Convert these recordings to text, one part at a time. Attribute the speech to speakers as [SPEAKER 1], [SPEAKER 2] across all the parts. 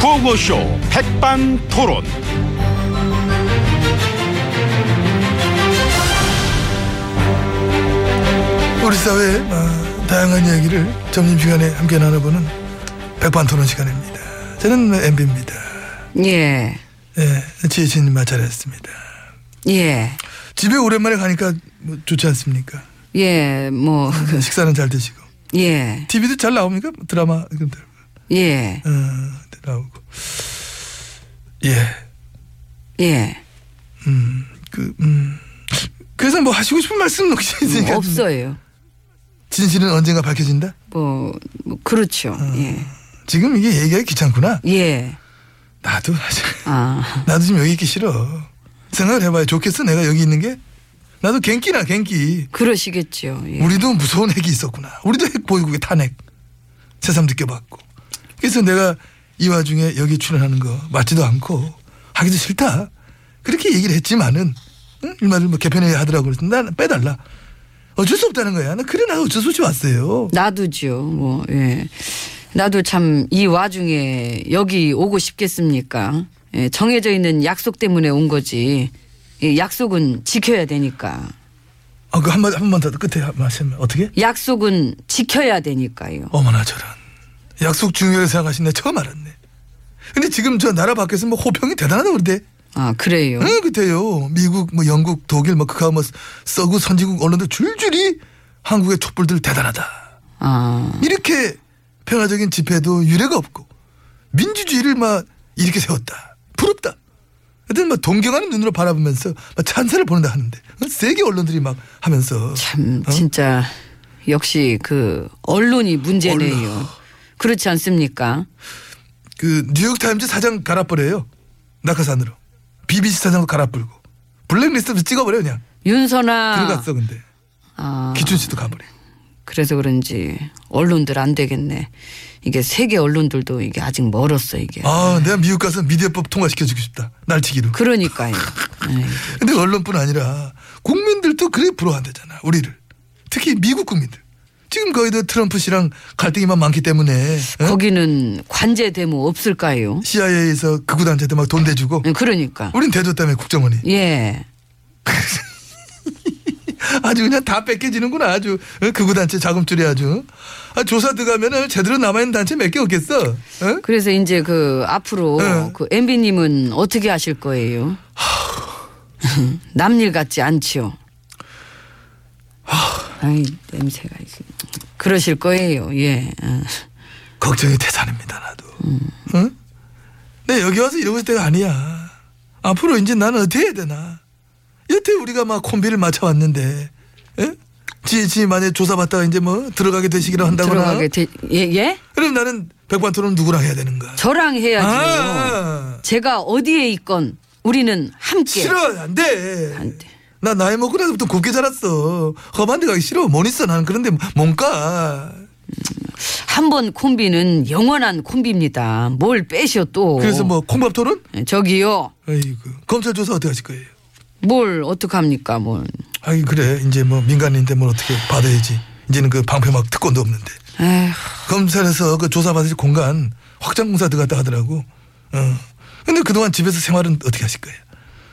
[SPEAKER 1] 구호쇼 백반토론.
[SPEAKER 2] 우리 사회의 어, 다양한 이야기를 점심시간에 함께 나눠보는 백반토론 시간입니다. 저는 MB입니다.
[SPEAKER 3] 예,
[SPEAKER 2] 예, 지혜진님 마찰했습니다.
[SPEAKER 3] 예,
[SPEAKER 2] 집에 오랜만에 가니까 뭐 좋지 않습니까?
[SPEAKER 3] 예, 뭐,
[SPEAKER 2] 식사는 잘 드시고.
[SPEAKER 3] 예,
[SPEAKER 2] TV도 잘 나옵니까? 뭐 드라마 이런 데.
[SPEAKER 3] 예,
[SPEAKER 2] 어, 나오고. 예.
[SPEAKER 3] 예.
[SPEAKER 2] 그, 음. 그래서 뭐 하시고 싶은 말씀 혹시
[SPEAKER 3] 뭐
[SPEAKER 2] 있으니까
[SPEAKER 3] 없어요.
[SPEAKER 2] 진실은 언젠가 밝혀진다?
[SPEAKER 3] 뭐, 뭐 그렇죠.
[SPEAKER 2] 지금 이게 얘기하기 귀찮구나.
[SPEAKER 3] 예, 예.
[SPEAKER 2] 나도 사실.
[SPEAKER 3] 아,
[SPEAKER 2] 나도 지금 여기 있기 싫어. 생각을 해봐요. 좋겠어 내가 여기 있는 게? 나도 갱기나 갱기.
[SPEAKER 3] 그러시겠죠. 예.
[SPEAKER 2] 우리도 무서운 핵이 있었구나. 우리도 핵 보유국의 탄핵. 새삼 느껴봤고. 그래서 내가 이 와중에 여기 출연하는 거 맞지도 않고 하기도 싫다. 그렇게 얘기를 했지만은 응? 이 말을 뭐 개편해야 하더라고 그래서 난 빼달라. 어쩔 수 없다는 거야. 나 그래 나 어쩔 수 없이 왔어요.
[SPEAKER 3] 나도죠. 뭐, 예. 나도 참 이 와중에 여기 오고 싶겠습니까? 예, 정해져 있는 약속 때문에 온 거지. 이 약속은 지켜야 되니까.
[SPEAKER 2] 아, 그 한마디 한번 더 끝에 한번 하시면 어떻게?
[SPEAKER 3] 약속은 지켜야 되니까요.
[SPEAKER 2] 어머나 저런 약속 중요하게 생각하시네 처음 알았네 근데 지금 저 나라 밖에서 뭐 호평이 대단하다고 그러대
[SPEAKER 3] 아, 그래요.
[SPEAKER 2] 응 그때요 미국 뭐 영국 독일 뭐 그가 뭐 서구 선진국 언론들 줄줄이 한국의 촛불들 대단하다
[SPEAKER 3] 아,
[SPEAKER 2] 이렇게 평화적인 집회도 유례가 없고 민주주의를 막 이렇게 세웠다 부럽다 하여튼 막 동경하는 눈으로 바라보면서 막 찬사를 보낸다 하는데 세계 언론들이 막 하면서
[SPEAKER 3] 참,
[SPEAKER 2] 어?
[SPEAKER 3] 진짜, 역시 그, 언론이 문제네요.
[SPEAKER 2] 언론.
[SPEAKER 3] 그렇지 않습니까?
[SPEAKER 2] 그 뉴욕타임즈 사장 갈아버려요. 낙하산으로. BBC 사장도 갈아버리고. 블랙리스트도 찍어버려 그냥.
[SPEAKER 3] 윤선아.
[SPEAKER 2] 들어갔어 근데.
[SPEAKER 3] 아,
[SPEAKER 2] 그러니까 기춘 씨도 가버려.
[SPEAKER 3] 그래서 그런지, 언론들 안 되겠네. 이게 세계 언론들도 이게 아직 멀었어, 이게.
[SPEAKER 2] 아 내가 미국 가서 미디어법 통과시켜주고 싶다. 날치기로.
[SPEAKER 3] 그러니까요. 네. 에이,
[SPEAKER 2] 근데 언론뿐 아니라 국민들도 그래 부러워한다잖아. 우리를. 특히 미국 국민들. 지금 거기도 트럼프 씨랑 갈등이 막 많기 때문에 어?
[SPEAKER 3] 거기는 관제 대모 없을까요?
[SPEAKER 2] CIA에서 극우단체한테 막 돈 대주고
[SPEAKER 3] 예, 그러니까.
[SPEAKER 2] 우린 대줬다며 국정원이
[SPEAKER 3] 예.
[SPEAKER 2] 아주 그냥 다 뺏겨지는구나 아주 어? 극우단체 자금줄이 아주 아, 조사 들어가면은 제대로 남아있는 단체 몇 개 없겠어 어?
[SPEAKER 3] 그래서 이제 그 앞으로
[SPEAKER 2] 예.
[SPEAKER 3] 그 MB님은 어떻게 하실 거예요? 남일 같지 않죠? 아이, 냄새가. 이게. 그러실 거예요, 예. 어.
[SPEAKER 2] 걱정이 태산입니다 나도 응? 내 여기 와서 이러고 있을 때가 아니야 앞으로 이제 나는 어떻게 해야 되나 여태 우리가 막 콤비를 맞춰왔는데 예? 지지 만약에 조사받다가 이제 뭐 들어가게 되시기로 한다거나
[SPEAKER 3] 들어가게 되, 예, 예?
[SPEAKER 2] 그럼 나는 백반토론 누구랑 해야 되는가
[SPEAKER 3] 저랑 해야죠.
[SPEAKER 2] 아,
[SPEAKER 3] 제가 어디에 있건 우리는 함께.
[SPEAKER 2] 싫어 안돼
[SPEAKER 3] 예. 안 돼.
[SPEAKER 2] 나 나이 먹고 나서부터 곱게 자랐어. 험한 데 가기 싫어. 못 있어. 나는 그런데 뭔가.
[SPEAKER 3] 한 번 콤비는 영원한 콤비입니다. 뭘 빼셔 또. 예,
[SPEAKER 2] 그래서 뭐 콩밥 토론?
[SPEAKER 3] 저기요.
[SPEAKER 2] 아이고. 검찰 조사 어떻게 하실 거예요?
[SPEAKER 3] 뭘 어떡합니까? 뭘.
[SPEAKER 2] 하긴 그래. 이제 뭐 민간인인데 뭘 어떻게 받아야지. 이제는 그 방패막 특권도 없는데.
[SPEAKER 3] 에휴,
[SPEAKER 2] 검찰에서 그 조사 받으실 공간 확장공사 들어갔다 하더라고. 어. 근데 그동안 집에서 생활은 어떻게 하실 거예요?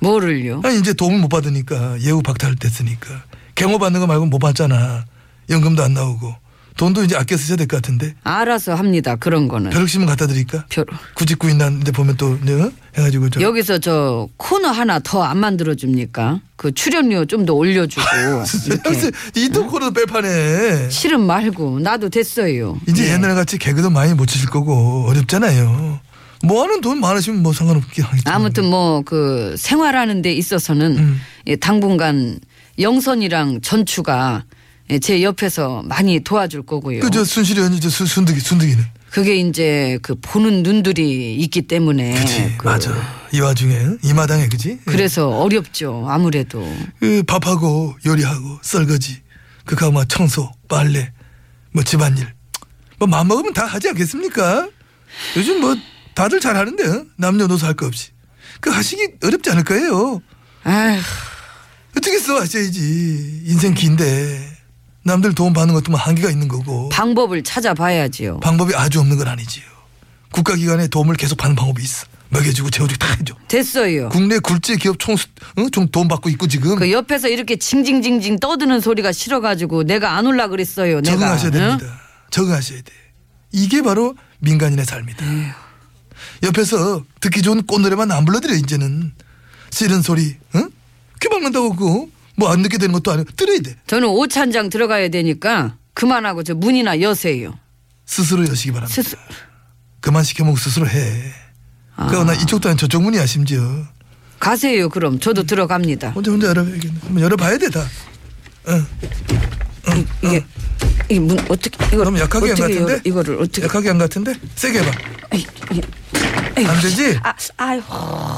[SPEAKER 3] 뭐를요?
[SPEAKER 2] 아니 이제 도움을 못 받으니까 예우 박탈 됐으니까. 경호 받는 거 말고 못 받잖아. 연금도 안 나오고. 돈도 이제 아껴 쓰셔야 될 것 같은데.
[SPEAKER 3] 알아서 합니다. 그런 거는.
[SPEAKER 2] 벼룩심은 갖다 드릴까?
[SPEAKER 3] 별-
[SPEAKER 2] 구직구인 난데 보면 또 어? 해가지고 저
[SPEAKER 3] 여기서 저 코너 하나 더 안 만들어 줍니까? 그 출연료 좀 더 올려주고 이렇게
[SPEAKER 2] 이토코로 뺄 판에
[SPEAKER 3] 싫음 말고 나도 됐어요.
[SPEAKER 2] 이제
[SPEAKER 3] 예.
[SPEAKER 2] 옛날 같이 개그도 많이 못 치실 거고 어렵잖아요. 뭐하는 돈 많으시면 뭐 상관없긴 하겠죠.
[SPEAKER 3] 아무튼 뭐 그 생활하는 데 있어서는
[SPEAKER 2] 음.
[SPEAKER 3] 예, 당분간 영선이랑 전추가 예, 제 옆에서 많이 도와줄 거고요.
[SPEAKER 2] 그 저 순실이 언니 저 순- 순둥이 순둥이는
[SPEAKER 3] 그게 이제 그 보는 눈들이 있기 때문에
[SPEAKER 2] 그치
[SPEAKER 3] 그-
[SPEAKER 2] 맞아 이 와중에 이 마당에 그지
[SPEAKER 3] 그래서 어렵죠 아무래도
[SPEAKER 2] 그 밥하고 요리하고 설거지 그거 뭐 청소 빨래 뭐 집안일 뭐 마음 먹으면 다 하지 않겠습니까? 요즘 뭐 다들 잘하는데 어? 남녀노소 할 거 없이 그 하시기 어렵지 않을 거예요.
[SPEAKER 3] 아휴
[SPEAKER 2] 어떻게 써 하셔야지 인생 긴데 남들 도움 받는 것도 뭐 한계가 있는 거고
[SPEAKER 3] 방법을 찾아봐야지요
[SPEAKER 2] 방법이 아주 없는 건 아니지요. 국가기관에 도움을 계속 받는 방법이 있어. 먹여주고 재워주고 다 해줘.
[SPEAKER 3] 됐어요
[SPEAKER 2] 국내 굴지 기업 총수 어? 좀돈 받고 있고 지금
[SPEAKER 3] 그 옆에서 이렇게 징징징징 떠드는 소리가 싫어가지고 내가 안 올라 그랬어요 내가 네?
[SPEAKER 2] 적응하셔야
[SPEAKER 3] 응?
[SPEAKER 2] 됩니다. 적응하셔야 돼. 이게 바로 민간인의 삶이다.
[SPEAKER 3] 네.
[SPEAKER 2] 옆에서 듣기 좋은 꽃노래만 안 불러드려 이제는 씨른 소리, 응? 귀 막는다고 그거 뭐 안 듣게 되는 것도 아니고 들어야 돼.
[SPEAKER 3] 저는 오찬장 들어가야 되니까 그만하고 저 문이나 여세요
[SPEAKER 2] 스스로 여시기 바랍니다.
[SPEAKER 3] 스스-
[SPEAKER 2] 그만 시켜 먹고 스스로 해. 그러나 이쪽도 아니 저쪽 문이야 심지어
[SPEAKER 3] 가세요 그럼 저도 들어갑니다
[SPEAKER 2] 혼자 혼자 열어봐야겠네. 한번 열어봐야 돼 다. 응.
[SPEAKER 3] 이게 이 문 어떻게 이걸
[SPEAKER 2] 너무 어. 약하게 한
[SPEAKER 3] 어떻게
[SPEAKER 2] 같은데?
[SPEAKER 3] 열어- 이거를 어떻게
[SPEAKER 2] 약하게 한 같은데? 세게 해봐.
[SPEAKER 3] 아이, 이- 아이고,
[SPEAKER 2] 안 되지?
[SPEAKER 3] 아, 아유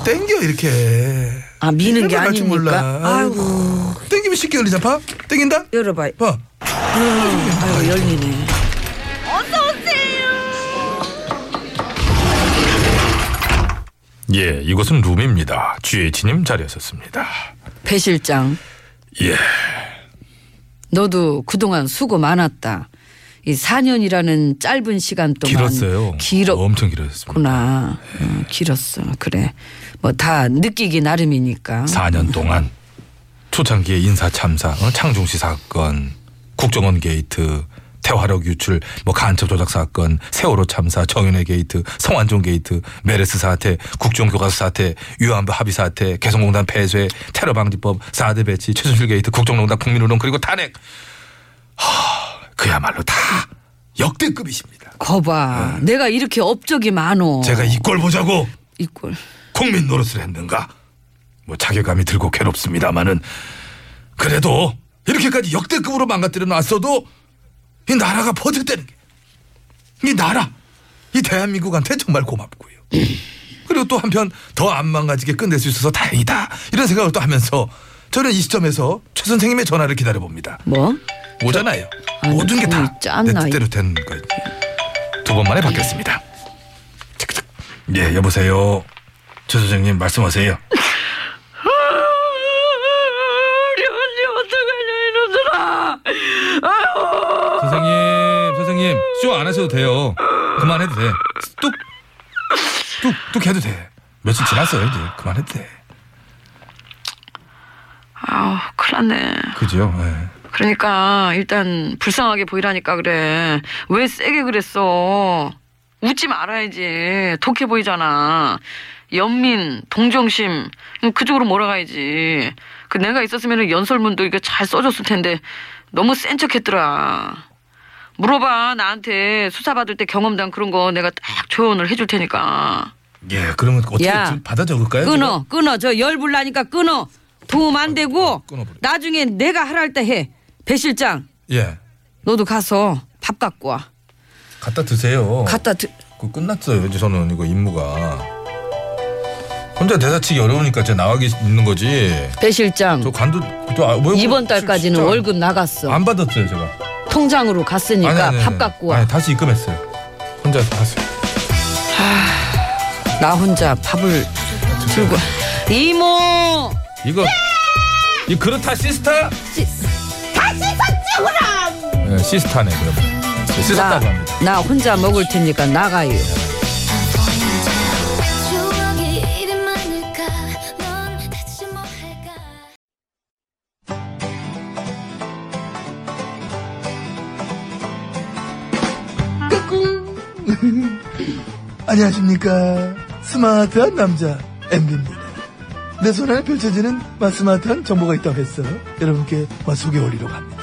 [SPEAKER 2] 땡겨 이렇게.
[SPEAKER 3] 아 미는 게
[SPEAKER 2] 땡길 줄
[SPEAKER 3] 아닙니까?
[SPEAKER 2] 몰라.
[SPEAKER 3] 아이고
[SPEAKER 2] 아이고. 땡기면 쉽게 열리자. 봐. 땡긴다.
[SPEAKER 3] 열어봐.
[SPEAKER 2] 봐.
[SPEAKER 3] 아이고 열리네.
[SPEAKER 4] 예, 이곳은 룸입니다. GH님 자리하셨습니다.
[SPEAKER 3] 배 실장,
[SPEAKER 4] 예,
[SPEAKER 3] 너도 그동안 수고 많았다. 이 4년이라는 짧은 시간 동안
[SPEAKER 4] 길었어요. 엄청 길었습니다.
[SPEAKER 3] 길었구나. 어, 길었어. 그래. 뭐 다 느끼기 나름이니까.
[SPEAKER 4] 4년 동안 초창기의 인사 참사, 어, 창중시 사건, 국정원 게이트, 태화력 유출, 뭐 간첩 조작 사건, 세월호 참사, 정윤회 게이트, 성완종 게이트, 메르스 사태, 국정교과서 사태, 유한부 합의 사태, 개성공단 폐쇄, 테러 방지법, 4대 배치, 최순실 게이트, 국정농단 국민운동 그리고 탄핵. 하, 그야말로 다 역대급이십니다.
[SPEAKER 3] 거봐. 내가 이렇게 업적이 많어.
[SPEAKER 4] 네. 제가 이꼴 보자고
[SPEAKER 3] 이꼴.
[SPEAKER 4] 국민 노릇을 했는가? 뭐 자괴감이 들고 괴롭습니다마는 그래도 이렇게까지 역대급으로 망가뜨려 놨어도 이 나라가 버틸때는
[SPEAKER 2] 이 나라. 이 대한민국한테 정말 고맙고요. 그리고 또 한편 더 안 망가지게 끝낼 수 있어서 다행이다. 이런 생각을 또 하면서 저는 이 시점에서 최 선생님의 전화를 기다려 봅니다.
[SPEAKER 3] 뭐?
[SPEAKER 2] 오잖아요.
[SPEAKER 3] 아니,
[SPEAKER 2] 모든 게
[SPEAKER 3] 거의
[SPEAKER 2] 다
[SPEAKER 3] 짠나,
[SPEAKER 2] 내
[SPEAKER 3] 이거.
[SPEAKER 2] 뜻대로 된 거.
[SPEAKER 4] 두번 만에 바뀌었습니다. 착착. 예, 여보세요. 최 소장님 말씀하세요.
[SPEAKER 3] 아,
[SPEAKER 4] 선생님, 선생님, 쇼 안 하셔도 돼요. 그만해도 돼. 뚝, 뚝, 뚝 해도 돼. 며칠 지났어요, 이제. 그만해도 돼.
[SPEAKER 3] 아, 큰일 났네.
[SPEAKER 4] 그죠? 예.
[SPEAKER 3] 그러니까 일단 불쌍하게 보이라니까 그래. 왜 세게 그랬어? 웃지 말아야지. 독해 보이잖아. 연민, 동정심 음, 그쪽으로 몰아가야지. 그 내가 있었으면 연설문도 이거 잘 써줬을 텐데 너무 센 척했더라. 물어봐 나한테 수사 받을 때 경험담 그런 거 내가 딱 조언을 해줄 테니까.
[SPEAKER 4] 예, 그러면 어떻게
[SPEAKER 3] 야.
[SPEAKER 4] 좀 받아 적을까요?
[SPEAKER 3] 끊어, 끊어. 저 열불 나니까 끊어. 도움 안 되고
[SPEAKER 4] 끊어버려.
[SPEAKER 3] 나중에 내가 하랄 때 해. 배 실장.
[SPEAKER 4] 제가? 예,
[SPEAKER 3] 너도 가서 밥 갖고 와.
[SPEAKER 4] 갖다 드세요.
[SPEAKER 3] 갖다 드.
[SPEAKER 4] 그 끝났어요. 이제 저는 이거 임무가 혼자 대사치기 어려우니까 제 나와 계시- 있는 거지.
[SPEAKER 3] 배 실장
[SPEAKER 4] 저 관도 저 아, 왜-
[SPEAKER 3] 이번
[SPEAKER 4] 실-
[SPEAKER 3] 달까지는
[SPEAKER 4] 실장
[SPEAKER 3] 월급 나갔어.
[SPEAKER 4] 안 받았어요 제가.
[SPEAKER 3] 통장으로 갔으니까
[SPEAKER 4] 아니, 아니, 아니,
[SPEAKER 3] 그러니까 밥
[SPEAKER 4] 아니.
[SPEAKER 3] 갖고 와.
[SPEAKER 4] 아니, 다시 입금했어요. 혼자 했어요.
[SPEAKER 3] 나 혼자 밥을 들고. 이모.
[SPEAKER 4] 이거 이 그렇다 시스타? 다 시스타 찍으라. 네, 시스타네 그럼.
[SPEAKER 3] 나,
[SPEAKER 4] 시스타라고 합니다.
[SPEAKER 3] 나 혼자 먹을 테니까 나가요.
[SPEAKER 5] 추억이 이리 많을까 넌 대체 뭐 할까
[SPEAKER 2] 안녕하십니까. 스마트한 남자 MB입니다. 내 손안에 펼쳐지는 마, 스마트한 정보가 있다고 해서 여러분께 마, 소개해드리려고 합니다.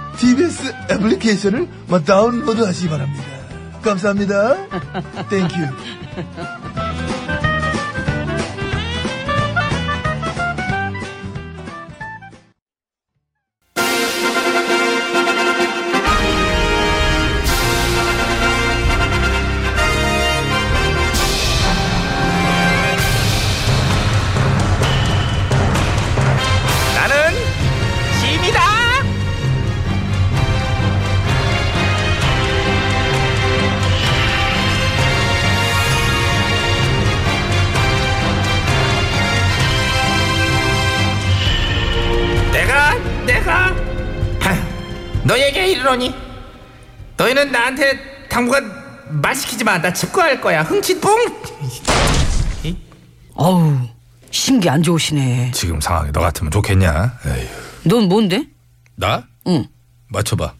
[SPEAKER 2] TBS 애플리케이션을 막 다운로드 하시기 바랍니다. 감사합니다. 땡큐.
[SPEAKER 1] 나는 짐이다.
[SPEAKER 6] 내가 아, 내가 하, 너에게 이르노니 너희는 나한테 당분간 말 시키지 마. 나 집과할 거야. 흥칫뿡.
[SPEAKER 3] 어우 신기 안 좋으시네.
[SPEAKER 4] 지금 상황이 너 같으면 좋겠냐? 에휴.
[SPEAKER 3] 넌 뭔데?
[SPEAKER 4] 나?
[SPEAKER 3] 응
[SPEAKER 4] 맞춰봐.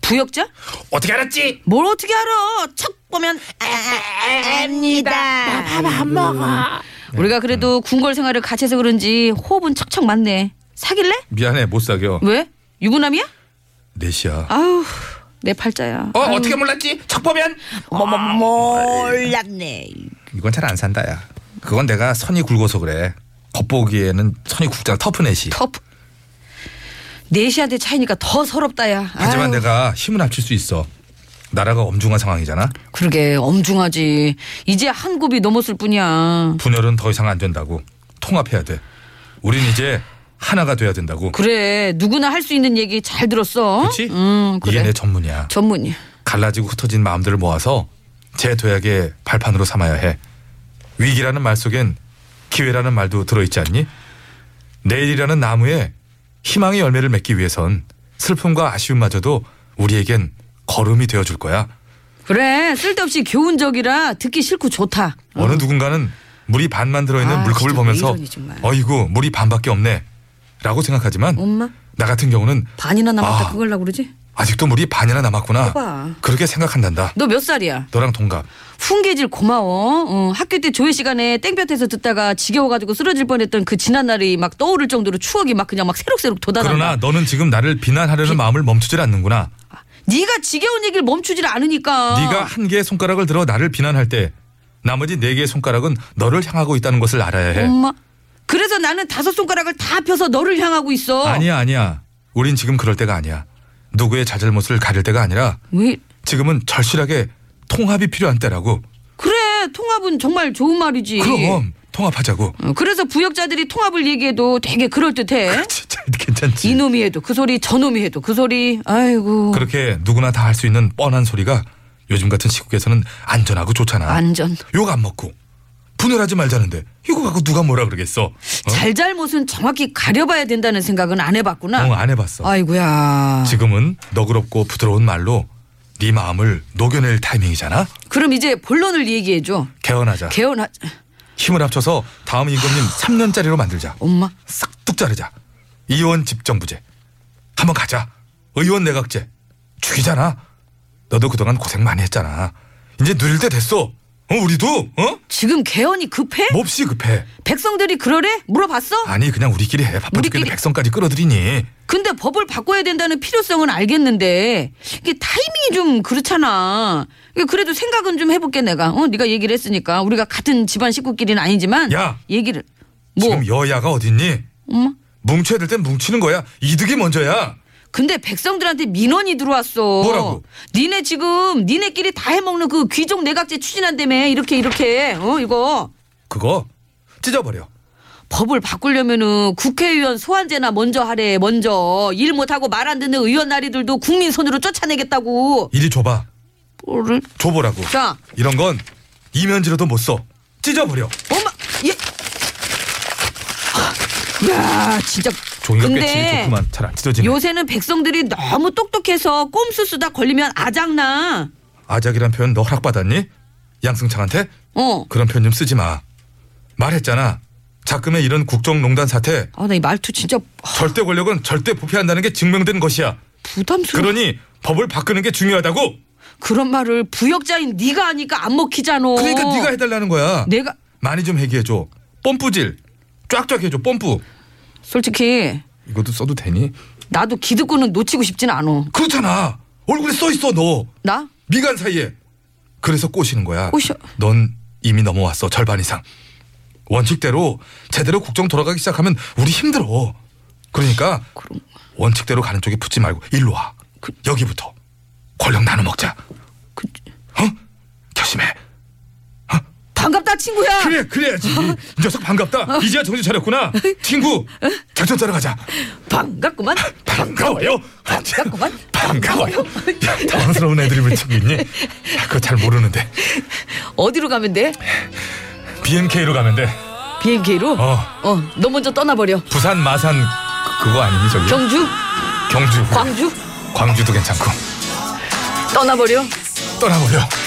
[SPEAKER 3] 부역자?
[SPEAKER 6] 어떻게 알았지?
[SPEAKER 3] 뭘 어떻게 알아? 척 보면 압니다. 밥안 먹어. 우리가 그래도 궁궐 생활을 같이 해서 그런지 호흡은 척척 맞네. 사귈래?
[SPEAKER 4] 미안해 못 사겨.
[SPEAKER 3] 왜? 유부남이야?
[SPEAKER 4] 넷이야.
[SPEAKER 3] 아우 내 팔자야.
[SPEAKER 6] 어 어떻게 몰랐지? 척 보면
[SPEAKER 3] 뭐, 몰랐네.
[SPEAKER 4] 이건 잘 안 산다야. 그건 내가 선이 굵어서 그래. 겉보기에는 선이 굵잖아 터프넷이.
[SPEAKER 3] 터프. 네시한테 차이니까 더 서럽다야.
[SPEAKER 4] 하지만
[SPEAKER 3] 아유,
[SPEAKER 4] 내가 힘은 합칠 수 있어. 나라가 엄중한 상황이잖아.
[SPEAKER 3] 그러게 엄중하지. 이제 한 곱이 넘었을 뿐이야.
[SPEAKER 4] 분열은 더 이상 안 된다고. 통합해야 돼. 우린 이제 하나가 돼야 된다고.
[SPEAKER 3] 그래 누구나 할 수 있는 얘기 잘 들었어.
[SPEAKER 4] 그렇지?
[SPEAKER 3] 응 그래.
[SPEAKER 4] 이게 내 전문이야.
[SPEAKER 3] 전문이야.
[SPEAKER 4] 갈라지고 흩어진 마음들을 모아서 제 도약의 발판으로 삼아야 해. 위기라는 말 속엔 기회라는 말도 들어있지 않니? 내일이라는 나무에 희망의 열매를 맺기 위해선 슬픔과 아쉬움마저도 우리에겐 걸음이 되어줄 거야.
[SPEAKER 3] 그래 쓸데없이 교훈적이라 듣기 싫고 좋다.
[SPEAKER 4] 어느 누군가는 물이 반만 들어있는
[SPEAKER 3] 음. 아,
[SPEAKER 4] 물컵을
[SPEAKER 3] 진짜
[SPEAKER 4] 보면서
[SPEAKER 3] 왜 이러니, 정말.
[SPEAKER 4] 어이구 물이 반밖에 없네 라고 생각하지만
[SPEAKER 3] 엄마?
[SPEAKER 4] 나 같은 경우는
[SPEAKER 3] 반이나 남았다
[SPEAKER 4] 아.
[SPEAKER 3] 그걸 하려고 그러지?
[SPEAKER 4] 아직도 물이 반이나 남았구나
[SPEAKER 3] 봐봐.
[SPEAKER 4] 그렇게 생각한단다
[SPEAKER 3] 너 몇 살이야?
[SPEAKER 4] 너랑 동갑
[SPEAKER 3] 훈계질 고마워. 어, 학교 때 조회 시간에 땡볕에서 듣다가 지겨워가지고 쓰러질 뻔했던 그 지난 날이 막 떠오를 정도로 추억이 막 그냥 막 새록새록 돋아난다.
[SPEAKER 4] 그러나 너는 지금 나를 비난하려는 마음을 멈추질 않는구나
[SPEAKER 3] 네가 지겨운 얘기를 멈추질 않으니까.
[SPEAKER 4] 네가 한 개의 손가락을 들어 나를 비난할 때 나머지 네 개의 손가락은 너를 향하고 있다는 것을 알아야 해
[SPEAKER 3] 엄마. 그래서 나는 다섯 손가락을 다 펴서 너를 향하고 있어.
[SPEAKER 4] 아니야 아니야 우린 지금 그럴 때가 아니야 누구의 자잘못을 가릴 때가 아니라
[SPEAKER 3] 왜?
[SPEAKER 4] 지금은 절실하게 통합이 필요한 때라고
[SPEAKER 3] 그래 통합은 정말 좋은 말이지.
[SPEAKER 4] 그럼 통합하자고
[SPEAKER 3] 어, 그래서 부역자들이 통합을 얘기해도 되게 그럴 듯해.
[SPEAKER 4] 진짜 괜찮지.
[SPEAKER 3] 네? 이놈이 해도 그 소리 저놈이 해도 그 소리. 아이고.
[SPEAKER 4] 그렇게 누구나 다 할 수 있는 뻔한 소리가 요즘 같은 시국에서는 안전하고 좋잖아.
[SPEAKER 3] 안전.
[SPEAKER 4] 욕 안 먹고 분열하지 말자는데 이거 갖고 누가 뭐라 그러겠어? 어?
[SPEAKER 3] 잘잘못은 정확히 가려봐야 된다는 생각은 안 해봤구나.
[SPEAKER 4] 응, 안 해봤어.
[SPEAKER 3] 아이고야.
[SPEAKER 4] 지금은 너그럽고 부드러운 말로 네 마음을 녹여낼 타이밍이잖아.
[SPEAKER 3] 그럼 이제 본론을 얘기해줘.
[SPEAKER 4] 개헌하자.
[SPEAKER 3] 개헌하,
[SPEAKER 4] 힘을 합쳐서 다음 임금님 3년짜리로 만들자.
[SPEAKER 3] 엄마.
[SPEAKER 4] 싹둑 자르자. 이원 집정부제. 한번 가자. 의원 내각제. 죽이잖아. 너도 그동안 고생 많이 했잖아. 이제 누릴 때 됐어. 어, 우리도 어?
[SPEAKER 3] 지금 개헌이 급해?
[SPEAKER 4] 몹시 급해.
[SPEAKER 3] 백성들이 그러래? 물어봤어?
[SPEAKER 4] 뭐? 아니 그냥 우리끼리 해. 바빠 죽겠는데
[SPEAKER 3] 우리끼리.
[SPEAKER 4] 백성까지 끌어들이니.
[SPEAKER 3] 근데 법을 바꿔야 된다는 필요성은 알겠는데 이게 타이밍이 좀 그렇잖아. 이게 그래도 생각은 좀 해볼게 내가. 어, 네가 얘기를 했으니까 우리가 같은 집안 식구끼리는 아니지만
[SPEAKER 4] 야.
[SPEAKER 3] 얘기를 뭐?
[SPEAKER 4] 지금 여야가 어딨니?
[SPEAKER 3] 엄마?
[SPEAKER 4] 뭉쳐야 될 땐 뭉치는 거야. 이득이 먼저야.
[SPEAKER 3] 근데 백성들한테 민원이 들어왔어.
[SPEAKER 4] 뭐라고?
[SPEAKER 3] 니네 지금 니네끼리 다 해먹는 그 귀족 내각제 추진한다며 이렇게 이렇게 어 이거
[SPEAKER 4] 그거 찢어버려.
[SPEAKER 3] 법을 바꾸려면은 국회의원 소환제나 먼저 하래 먼저 일 못하고 말 안 듣는 의원 나리들도 국민 손으로 쫓아내겠다고.
[SPEAKER 4] 이리 줘봐.
[SPEAKER 3] 뭐를?
[SPEAKER 4] 줘보라고.
[SPEAKER 3] 자.
[SPEAKER 4] 이런 건 이면지로도 못 써. 찢어버려.
[SPEAKER 3] 엄마 얘. 아, 야 진짜
[SPEAKER 4] 종이가
[SPEAKER 3] 근데
[SPEAKER 4] 깨치니 좋구만. 잘 안 찢어지네.
[SPEAKER 3] 요새는 백성들이 너무 똑똑해서 꼼수 쓰다 걸리면 아작나
[SPEAKER 4] 아작이란 표현 너 허락받았니? 양승창한테?
[SPEAKER 3] 어
[SPEAKER 4] 그런 표현 좀 쓰지 마. 말했잖아. 작금의 이런 국정농단 사태
[SPEAKER 3] 아, 나 이 말투 진짜 아,
[SPEAKER 4] 절대 권력은 절대 부패한다는 게 증명된 것이야.
[SPEAKER 3] 부담스러워.
[SPEAKER 4] 그러니 법을 바꾸는 게 중요하다고.
[SPEAKER 3] 그런 말을 부역자인 네가 하니까 안 먹히잖아.
[SPEAKER 4] 그러니까 네가 해달라는 거야.
[SPEAKER 3] 내가
[SPEAKER 4] 많이 좀 해기해줘. 뽐뿌질 쫙쫙 해줘. 뽐뿌.
[SPEAKER 3] 솔직히
[SPEAKER 4] 이것도 써도 되니?
[SPEAKER 3] 나도 기득권은 놓치고 싶진 않아.
[SPEAKER 4] 그렇잖아. 얼굴에 써 있어 너.
[SPEAKER 3] 나?
[SPEAKER 4] 미간 사이에. 그래서 꼬시는 거야.
[SPEAKER 3] 꼬셔.
[SPEAKER 4] 넌 이미 넘어왔어 절반 이상. 원칙대로 제대로 국정 돌아가기 시작하면 우리 힘들어. 그러니까
[SPEAKER 3] 그럼
[SPEAKER 4] 원칙대로 가는 쪽에 붙지 말고 일로 와. 여기부터 권력 나눠 먹자.
[SPEAKER 3] 그,
[SPEAKER 4] 어? 결심해.
[SPEAKER 3] 반갑다 친구야.
[SPEAKER 4] 그래 그래야지.
[SPEAKER 3] 어?
[SPEAKER 4] 이 녀석 반갑다. 이제야 정신 차렸구나. 친구 작전 짜러 가자.
[SPEAKER 3] 반갑구만.
[SPEAKER 4] 반가워요.
[SPEAKER 3] 어? 반갑구만. 어?
[SPEAKER 4] 반가워요. 야, 당황스러운 애드립을 치고 있니? 아, 그거 잘 모르는데.
[SPEAKER 3] 어디로 가면 돼?
[SPEAKER 4] BMK로 가면 돼.
[SPEAKER 3] 비행기로?
[SPEAKER 4] 어.
[SPEAKER 3] 너 먼저 떠나버려.
[SPEAKER 4] 부산 마산 그- 그거 아니니 저기?
[SPEAKER 3] 경주?
[SPEAKER 4] 경주.
[SPEAKER 3] 광주?
[SPEAKER 4] 광주도 괜찮고.
[SPEAKER 3] 떠나버려.
[SPEAKER 4] 떠나버려.